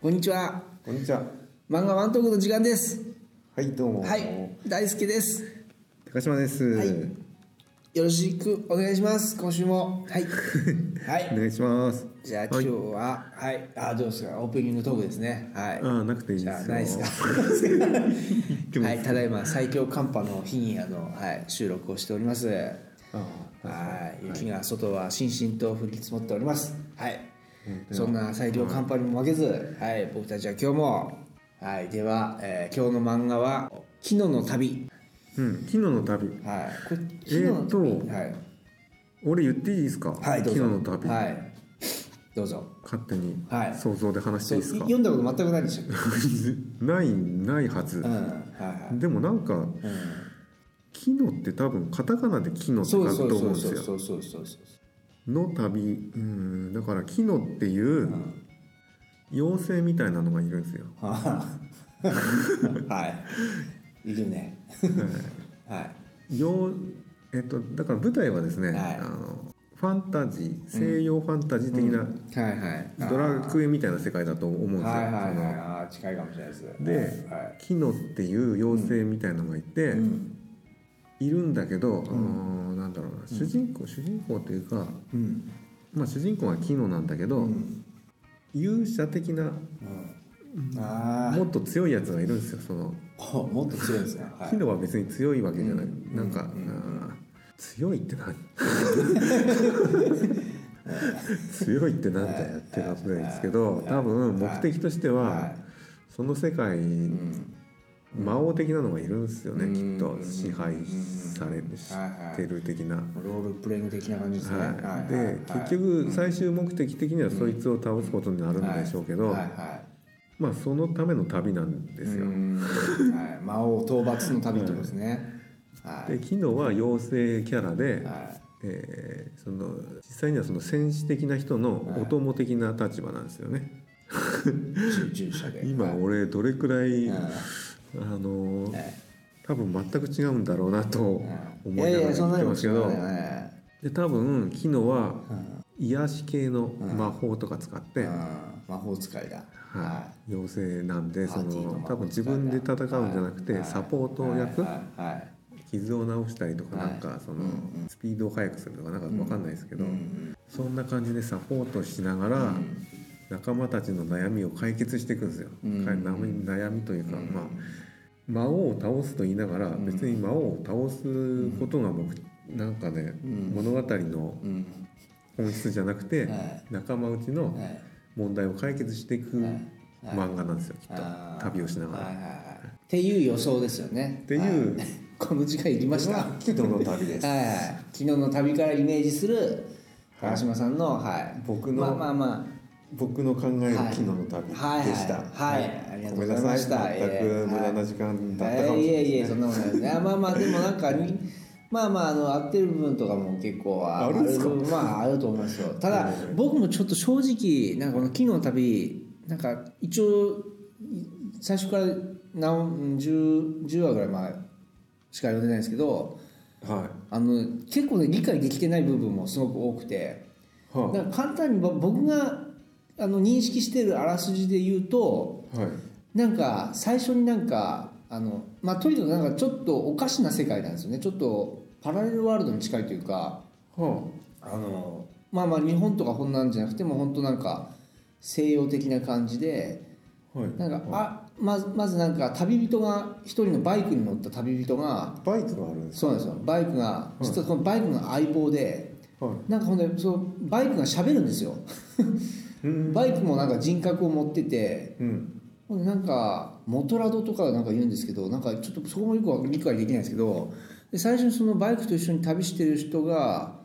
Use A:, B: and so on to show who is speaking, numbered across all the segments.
A: こんにちは。
B: こんにちは。
A: 漫画ワントークの時間です。
B: はい、どうも。
A: はい、大好きです。
B: 高島です。
A: はいよろしくお願いします。今週も。 はい。は
B: お
A: い。
B: 願いします。
A: じゃあ、今
B: はい
A: 日は、はい、あ、どうですか。オープニングトークですね。はい。
B: あーなくていいです
A: じ
B: よ
A: ゃあないですか。
B: きます
A: はい、ただいま最強寒波の日に、あの、はい、収録をしております。はい、雪が外はしんしんと降り積もっております。はい。そんな最強寒波にも負けず、はい、僕たちは今日も。はい、では、えー今日の漫画は、昨日の旅。
B: うん、昨日の旅。
A: はい、これ、昨
B: え
A: 日の
B: ーっと
A: 旅。はい。
B: 俺言っていいですか。
A: はい、ど
B: 昨
A: う
B: 日
A: ぞ。
B: の旅。
A: はい。どうぞ。
B: 勝手に
A: はい
B: 想像で話していいです
A: そう
B: か
A: い。読んだこと全くないでしょ。
B: ないないはず
A: うん。。はい
B: でもなんか
A: はい。
B: 昨日って多分カタカナで昨日っ
A: う
B: て
A: ん。そう
B: 書
A: そ
B: く
A: う
B: と
A: そ
B: 思うん
A: う
B: です
A: そう
B: よ。
A: そうそうそうそ
B: の旅、うん、だから昨日っていう
A: うん
B: 妖精みたいなのがいるんですよ。
A: う。 はあはい。いるね。はい。
B: ようえっと、だから舞台はですね、
A: はい
B: あのファンタジー西洋ファンタジー的な
A: はいはい。
B: ドラクエみたいな世界だと思うんですよ。
A: はいはいはい
B: その
A: あー。近いかもしれないです。
B: で
A: はい。
B: キノっていう妖精みたいなのがいて、
A: うん。
B: いるんだけど、あのーなんだろうな主人公、主人公というか、
A: うん。
B: まあ、主人公はキノなんだけど、
A: うん。
B: 勇者的な
A: うんああ。
B: もっと強いやつがいるんですよその
A: おもっと強いんですね。は
B: キ
A: い。
B: ノは別に強いわけじゃない、
A: うん
B: なんか、
A: う
B: あー強いって 何強いってなんだよってことなんですけど多分目的としては、
A: は
B: その世界
A: い。う
B: に
A: ん。
B: 魔王的なのがいるんですよね、
A: うん
B: きっと支配され
A: うん
B: してる的な。
A: ロールプレイング的な感じですね。
B: はい、で、
A: はい
B: 結局最終目的的にはそいつを倒すことになるんでしょうけど、
A: はいは
B: まあそのための旅なん
A: い、
B: ですよ。
A: うーんはい、魔王討伐の旅ってことですね。はい。
B: で昨日は妖精キャラで、
A: は
B: えーその実際にはその戦士的な人のお供的な立場なんですよね。
A: い。重重者で。
B: 今
A: はい
B: 俺どれくらい、
A: うん
B: あのー
A: はい
B: 多分全く違うんだろうなと
A: う
B: 思
A: んいや
B: い
A: い
B: ながら
A: や、そんな
B: 言って
A: に
B: ま
A: も
B: すけ
A: 違
B: ど
A: うね。
B: で多分昨日は
A: うん
B: 癒し系の魔法とか使って、
A: うん魔法使いだ。
B: は。い、妖精なんで
A: パ
B: そ
A: ーティー
B: の
A: 魔法使いだ
B: 多分自分で戦うんじゃなく
A: は
B: て
A: い
B: サポート役、
A: はいはいはい。
B: 傷を治したりとか
A: はい
B: なんかその
A: うん
B: スピードを速くするとかなんか分かんないですけど、
A: うん
B: そんな感じでサポートしながら
A: ん
B: 仲間たちの悩みを解決していくんですよ、
A: うん
B: か悩み悩みというか、
A: うん
B: まあ魔王を倒すと言いながら
A: ん
B: 別に魔王を倒すことが目なんかね、
A: うん
B: 物語の
A: うん。
B: 本質じゃなくて、
A: はい
B: 仲間内の
A: はい
B: 問題を解決してい
A: は
B: く
A: いはい
B: 漫画なんですよきっと
A: あー
B: 旅をしながら。
A: はいはいはいっていう予想ですよね。
B: っていう
A: はいこの時間いりました。
B: これは昨日の旅です
A: はいはい昨日の旅からイメージする川島さんの、はい、
B: 僕の
A: まあまあま
B: 僕の考える
A: はい
B: 昨日の旅でした。
A: はいはいはいありがとう
B: ごめ
A: ご
B: ん
A: ざ
B: ないさ
A: ま
B: い。
A: した
B: 全く無駄な時間
A: あ、
B: だったかも
A: い
B: しれ
A: や
B: ない
A: い
B: で
A: や
B: す
A: そ
B: ね。
A: んなことないですね。あまあまあでもなんかにまあまああの合ってる部分とかも結構は
B: あるんですか
A: まああると思いますよ。ただ僕もちょっと正直なんかこの昨日の旅なんか一応い最初から何十十話ぐらいまあしか読んでないんですけど。
B: は
A: あの結構ね理解できてない部分もすごく多くて
B: いは
A: なんか簡単にぼ僕があの認識してるあらすじで言うと
B: いはい
A: なんか最初になんかあの、まあ、とにかくなんかちょっとおかしな世界なんですよねちょっとパラレルワールドに近いというか
B: は
A: あのまあまあ日本とかこんなんじゃなくても本当なんか西洋的な感じで
B: あはい。
A: なんかあまずまずなんか旅人が一人のバイクに乗った旅人が
B: バイクがあるんです
A: そうなんですよバイクが
B: い
A: 実はこのバイクの相棒で
B: か。はい。
A: なんかほんでそのバイクが喋るんですよ
B: うん
A: バイクもなんか人格を持ってて
B: うん
A: ほんでなんかモトラドとかなんか言うんですけどなんかちょっとそこもよく理解できないんですけどで最初にそのバイクと一緒に旅してる人が、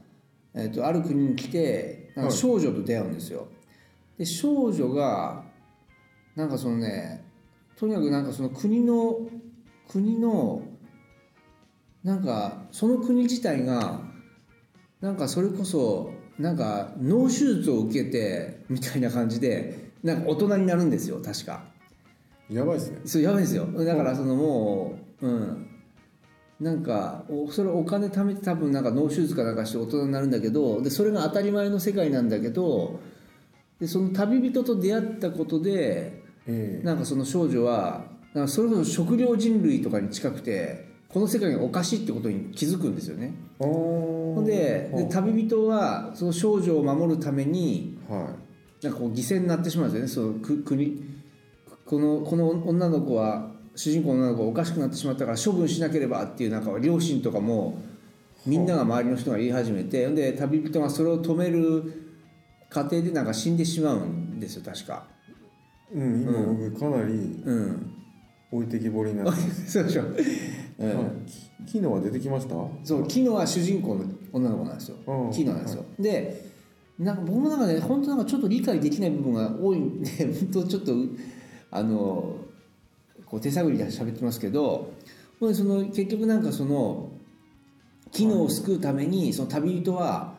A: えっとある国に来てなんか少女と出会うんですよ、で少女がなんかそのねとにかくなんかその国の国のなんかその国自体がなんかそれこそなんか脳手術を受けてみたいな感じでなんか大人になるんですよ確か
B: やばいですね。
A: そうやばいですよだからそのもううんなんかおそれお金貯めて多分なんか脳手術かなんかして大人になるんだけどでそれが当たり前の世界なんだけどでその旅人と出会ったことで
B: え
A: なんかその少女はなんかそれこそ食料人類とかに近くてこの世界がおかしいってことに気づくんですよね。
B: えお
A: ほんでで旅人はその少女を守るために
B: は
A: なんかこう犠牲になってしまうんですよねそのく国このこの女の子は主人公の女の子がおかしくなってしまったから処分しなければっていうなんか両親とかもみんなが周りの人が言い始めてほんで旅人がそれを止める過程でなんか死んでしまうんですよ確か。
B: い、うん、今僕かなり
A: うん
B: 置いてきぼりになって、
A: そうでしょ、う、
B: うんん、き機能は出てきました
A: そうキノは主人公の女の子なんですよ
B: うん
A: キノなんですよ、でなんか僕もなんかね本当なんかちょっと理解できない部分が多いんで 本当ちょっとあのこう手探りで喋ってますけどほんでその結局なんかそのキノを救うためにその旅人は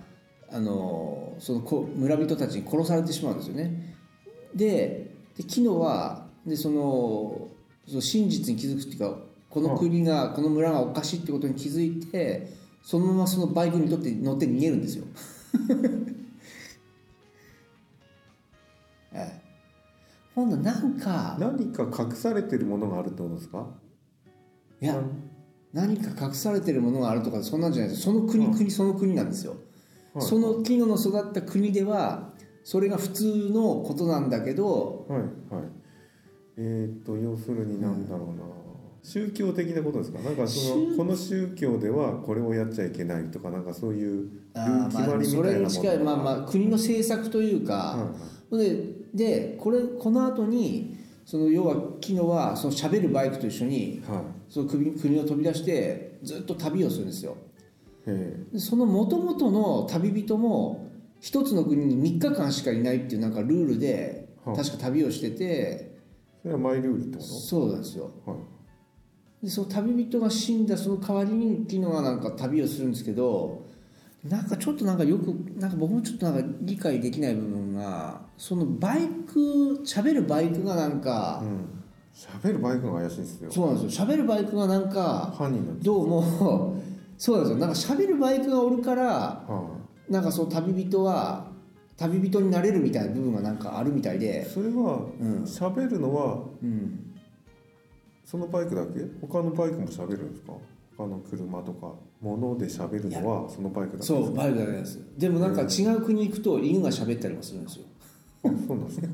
A: あのそのこ村人たちに殺されてしまうんですよねででキノはでそのその真実に気づくっていうかこの国がこの村がおかしいってことに気づいてそのままそのバイクに乗って乗って逃げるんですよ。 ええほんならなんか
B: 何か隠されてるものがあるってことですか
A: いや何か隠されてるものがあるとかそんなんじゃないですその国、国その国なんですよ、
B: はい
A: そのキノの育った国ではそれが普通のことなんだけど
B: はいはい。えーっと要するになんだろうな、宗教的なことですか。なんかその
A: 宗
B: この宗教ではこれをやっちゃいけないとかなんかそういうルー
A: あ
B: ル
A: ー
B: 決
A: まあ
B: まりみ
A: そ
B: た
A: れ
B: いなもの
A: に近いまあまあ国の政策という
B: あはい
A: か、
B: はい
A: ででこれこの後にその要はキノはその喋るバイクと一緒に
B: はい。
A: その国国を飛び出してずっと旅をするんですよ
B: え
A: でその元々の旅人も一つの国に3日間しかいないっていうなんかルールで
B: はあ
A: 確か旅をしてて、
B: えそれはマイルールってこ
A: そうなんですよ
B: と？はい。
A: でその旅人が死んだその代わりに昨日はなんか旅をするんですけどなんかちょっとなんかよくなんか僕もちょっとなんか理解できない部分がそのバイク喋るバイクがなんか、
B: うん。喋るバイクが怪しいですよ。
A: そうなんですよ喋るバイクがなんか
B: 犯人なんです。
A: どうもそうなんですよなんか喋るバイクがおるから
B: は
A: なんかその旅人は旅人になれるみたいな部分がなんかあるみたい
B: い。
A: で、
B: それは
A: うん
B: 喋るのは
A: うん、
B: そのバイクだけ？他のバイクも喋るんですか？他の車とか物で喋るのはそのバイクだけです
A: そ
B: か？
A: うバイクだけなんですよでもなんか違う国行くと犬が喋ったりもするんですよ
B: あそうなんですね。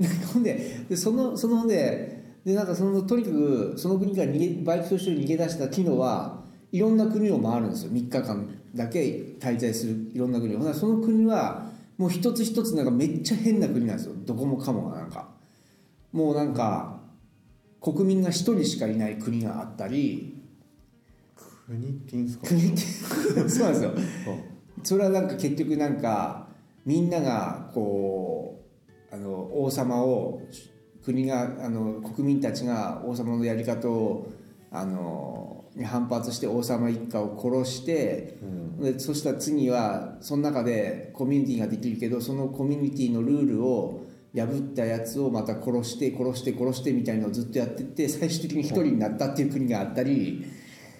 A: なんかほんででそのそのほんででなんかそのとにかくその国から逃げバイクと一緒に逃げ出したキノはいろんな国を回るんですよ3日間だけ滞在するいろんな国をほんならその国はもう一つ一つなんかめっちゃ変な国なんですよどこもかもがなんかもうなんか国民が一人しかいない国があったり
B: 国っていいんですか？
A: 国って そうなんですよ
B: あ
A: それはなんか結局なんかみんながこうあの王様を国があの国民たちが王様のやり方をあのに反発して王様一家を殺して、でそしたら次はその中でコミュニティができるけどそのコミュニティのルールを破ったやつをまた殺して殺して殺してみたいのをずっとやってって最終的に一人になったっていう国があったり。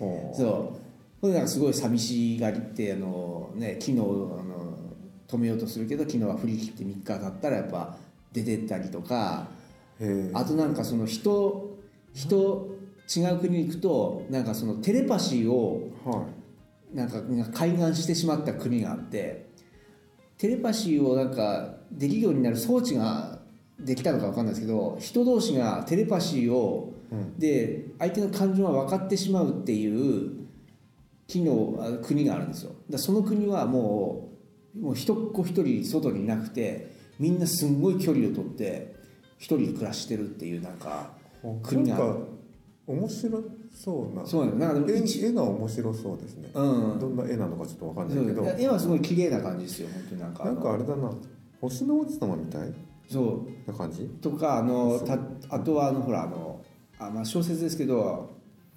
B: は
A: そうこれなんかすごい寂しがりってあのね昨日あの止めようとするけど昨日は振り切って3日経ったらやっぱ出てったりとか
B: あへえ
A: あとなんかその人人違う国に行くとなんかそのテレパシーを
B: は
A: なんか開眼してしまった国があってテレパシーをなんかできるようになる装置ができたのか分かんないですけど人同士がテレパシーを、
B: うん
A: で相手の感情が分かってしまうっていう機能あ国があるんですよだからその国はもうもう一っ子一人外にいなくてみんなすんごい距離を取って一人で暮らしてるっていうなんか
B: い。
A: 国が
B: なんか面白そうな。
A: そうなんですなんかでも一
B: 絵絵が面白そうですね。
A: うん
B: どんな絵なのかちょっとわかんないけど。
A: そう絵はすごい綺麗な感じですよ本当になんかあ
B: な
A: の
B: んかあれだな。星の王子様みたい
A: そう
B: な感じ。
A: とかあの
B: そう
A: たあとはあのほらあのあ、まあ、小説ですけど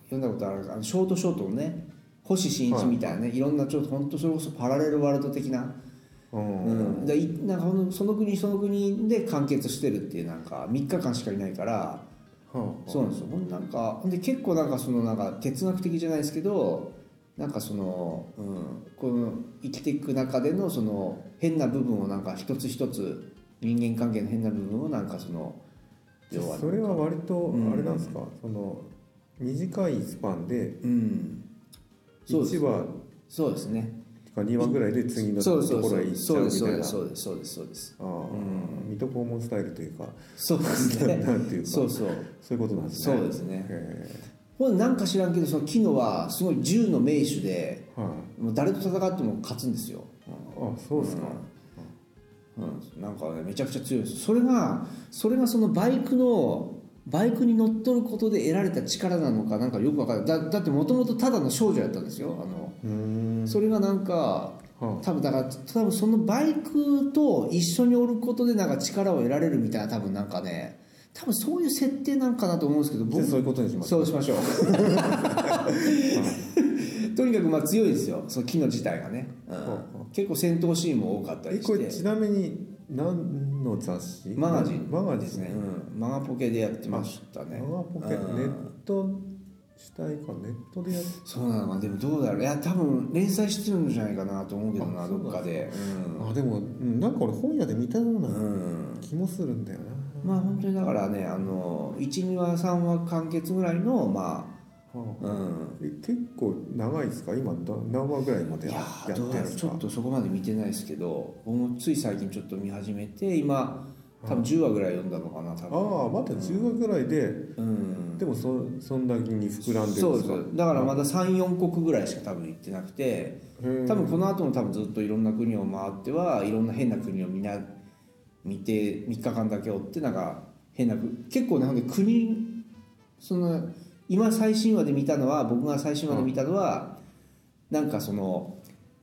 A: 読んだことあるあのショートショートのね星新一みたいなね、い、ろんなちょっと本当それこそパラレルワールド的な,、
B: う。
A: うんん、でいなんかほんとその国その国で完結してるっていうなんか3日間しかいないから
B: は
A: そうなんですよほんでなんかほんで結構なんかそのなんか哲学的じゃないですけどなんかその、うん、この生きていく中でのその変な部分をなんか一つ一つ人間関係の変な部分をなんかその要は
B: それは割とあれなんですか、その短いスパンで
A: うんそうです
B: 1話
A: そうですね
B: か2話ぐらいで次の
A: そう
B: と
A: そう
B: こ
A: そ
B: ろへ
A: う
B: 行っち
A: そう
B: ゃう
A: で
B: み
A: す
B: た
A: そう
B: い
A: で
B: な
A: すそうですそうですそうです
B: ああ、水戸黄門スタイルというか
A: そうですね
B: なんていうか
A: そうそう
B: そういうことなんです
A: そ
B: ね
A: うですね
B: え
A: ほんでなんか知らんけどそのキノはすごい銃の名手で
B: えはい
A: もう誰と戦っても勝つんですよ
B: あそうですか、
A: うん、なんかねめちゃくちゃ強いですそれがそれがそのバイクのバイクに乗っ取ることで得られた力なのかなんかよくわかるだだってもともとただの少女やったんですよあの、
B: うーん
A: それがなんか
B: は
A: 多分だから多分そのバイクと一緒におることでなんか力を得られるみたいな多分なんかね多分そういう設定なんかなと思うんですけど
B: あ、じゃあそういうことにします
A: そうしましょう とにかくまあ強いですよその機能自体がね、うん
B: ほう
A: 結構戦闘シーンも多かった
B: え
A: りして
B: これちなみに何の雑誌
A: マガジン
B: マガジン
A: ですね、うん、マガポケでやってましたね
B: マガポケネ
A: うん
B: ット主体かネットでやっ
A: そうなのかでもどうだろういや多分連載してるんじゃないかなと思うけどな
B: あそ
A: ど
B: うなん
A: っかで
B: あでもうんなんか俺本屋で見たよう
A: うん、
B: な
A: うん、
B: 気もするんだよな、
A: まあ本当にだからねあの12話3話完結ぐらいのま
B: は
A: あうん
B: あ、え結構長いですか今だ何話ぐらいま
A: い
B: で
A: や
B: や
A: ー
B: やって
A: ど
B: るん
A: うだ
B: で
A: ろう
B: す
A: ちょ
B: か
A: っとそこまで見てないですけど僕もつい最近ちょっと見始めて今多分10話ぐらい読んだのかな多分
B: ああまだ10話ぐらいで、
A: うん
B: でもそそんなに膨らんでる
A: そ
B: ん
A: う
B: で
A: ですす
B: か
A: だからまだ34国ぐらいしか多分行ってなくて
B: へえ
A: 多分この後も多分ずっといろんな国を回ってはいろんな変な国をみんな見て3日間だけ追ってなんか変な国結構ねほんで国その今最新話で見たのは僕が最新話で見たのは、なんかその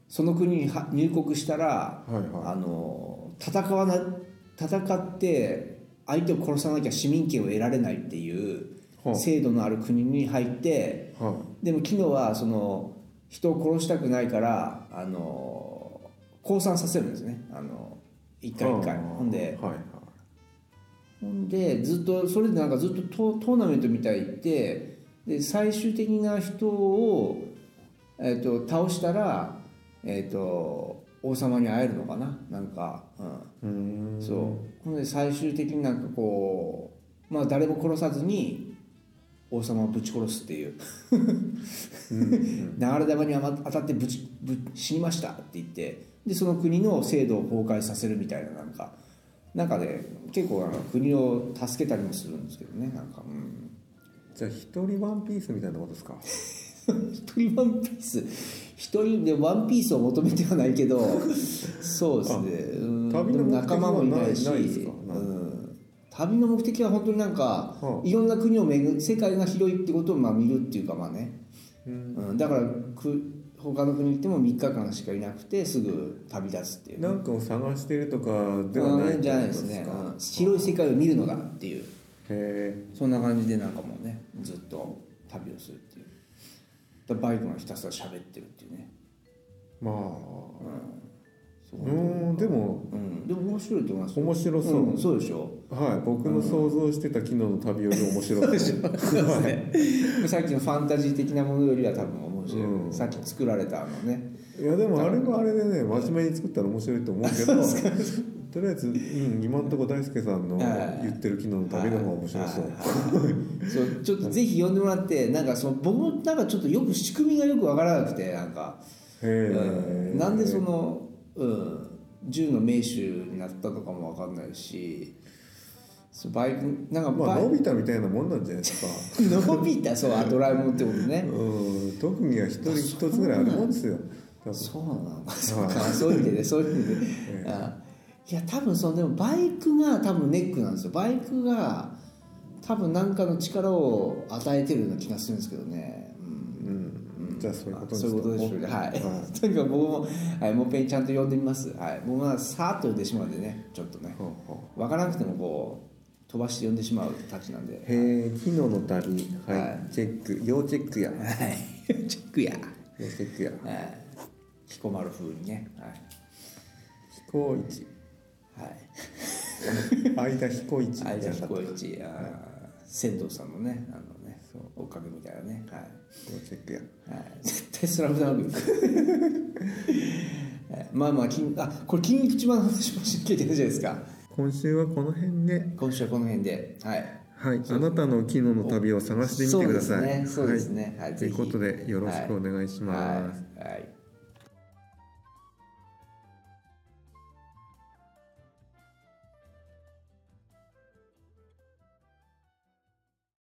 A: その国には入国したら、
B: はいはい
A: あの戦わな戦って相手を殺さなきゃ市民権を得られないっていう
B: は
A: 制度のある国に入って。
B: あは
A: でも昨日はその人を殺したくないからあの降参させるんですねあの一回一回
B: ああ
A: ほんで
B: はいはい
A: ほんでずっとそれでなんかずっとトートーナメントみたいに行ってで最終的な人を、えっと倒したら、えっと王様に会えるのかななんか、
B: うーん
A: うん、そうほんで最終的になんかこうまあ誰も殺さずに王様をぶち殺すっていう流れ玉に当たってぶちぶ死にましたって言ってでその国の制度を崩壊させるみたいななんか中で、結構なんか国を助けたりもするんですけどねなんかうん
B: じゃあ一人ワンピースみたいなことですか
A: 一人ワンピース一人でワンピースを求めてはないけ どそうですねうん
B: 旅の目的は
A: 仲間もいないし
B: ないないですか
A: うん、旅の目的は本当になんか、
B: はい
A: ろんな国を巡る世界が広いってことをまあ見るっていうかまあね、うんだからく他の国行っても3日間しかいなくてすぐ旅立つっていう
B: なんかを探してるとかではない
A: うんじゃないですね、
B: か
A: うん広い世界を見るのだっていう
B: へ
A: そんな感じでなんかもうねずっと旅をするっていうだからバイクがひたすら喋ってるっていうね
B: えまあ
A: そう
B: ーんでも
A: うん、でも面白いと思いますよ
B: 面白そう、
A: んそうでしょ
B: はい僕の想像してた昨日の旅より面白い
A: そうですねさっきのファンタジー的なものよりは多分面白い、
B: うん
A: さっき作られたあのね
B: いやでもあれはあれでね真面目に作ったら面白いと思うけどとりあえず、うん、今んとこ大輔さんの
A: はい
B: 言ってる昨日の旅の方が面白そう、
A: はいはいそうちょっとぜひ読んでもらってなんかその僕もなんかちょっとよく仕組みがよくわからなくてなんか、
B: へ
A: うん
B: え
A: なんでその、うん、銃の名手になったのかもわかんないしそうバイクなんかバイ
B: まあ伸びたみたいなもんなんじゃないですか
A: 伸びたそうあドラえもんってこと ね
B: うん特技は一人一つぐらいあるもんです よ多分
A: そうなのかそうかそういう意味でねそういう意味で、あいや多分そのでもバイクが多分ネックなんですよバイクが多分何かの力を与えてるような気がするんですけどね、うん
B: うんじゃあそういうことに
A: そういうことでしょうねはい、とにかく僕も、はい、もうペンちゃんと呼んでみますはい僕はさーっと呼んでしまうんでねちょっとね
B: ほうほ
A: 分からなくてもこう飛ばして呼んでしまうたちなんで
B: うへえ昨日の旅はい、チェック要チェックや要
A: はい チェックや
B: チェックや
A: はい彦丸風にねはい
B: 飛行一
A: はい
B: 間飛行一
A: 間彦一あー仙道さんのねあのね追っかけみたいなねは
B: 要チェックや
A: い、はい、 絶対スラムダンク はいまあまあ筋あこれ筋肉一番の話もし聞いてるじゃないですか
B: 今週はこの辺で、
A: 今週はこの辺ではい
B: はい、あなたの昨日の旅を探してみてください。
A: そうですねそうですねはい
B: と
A: ぜ
B: いう
A: ひ
B: ことでよろしくお願いします。
A: はいはい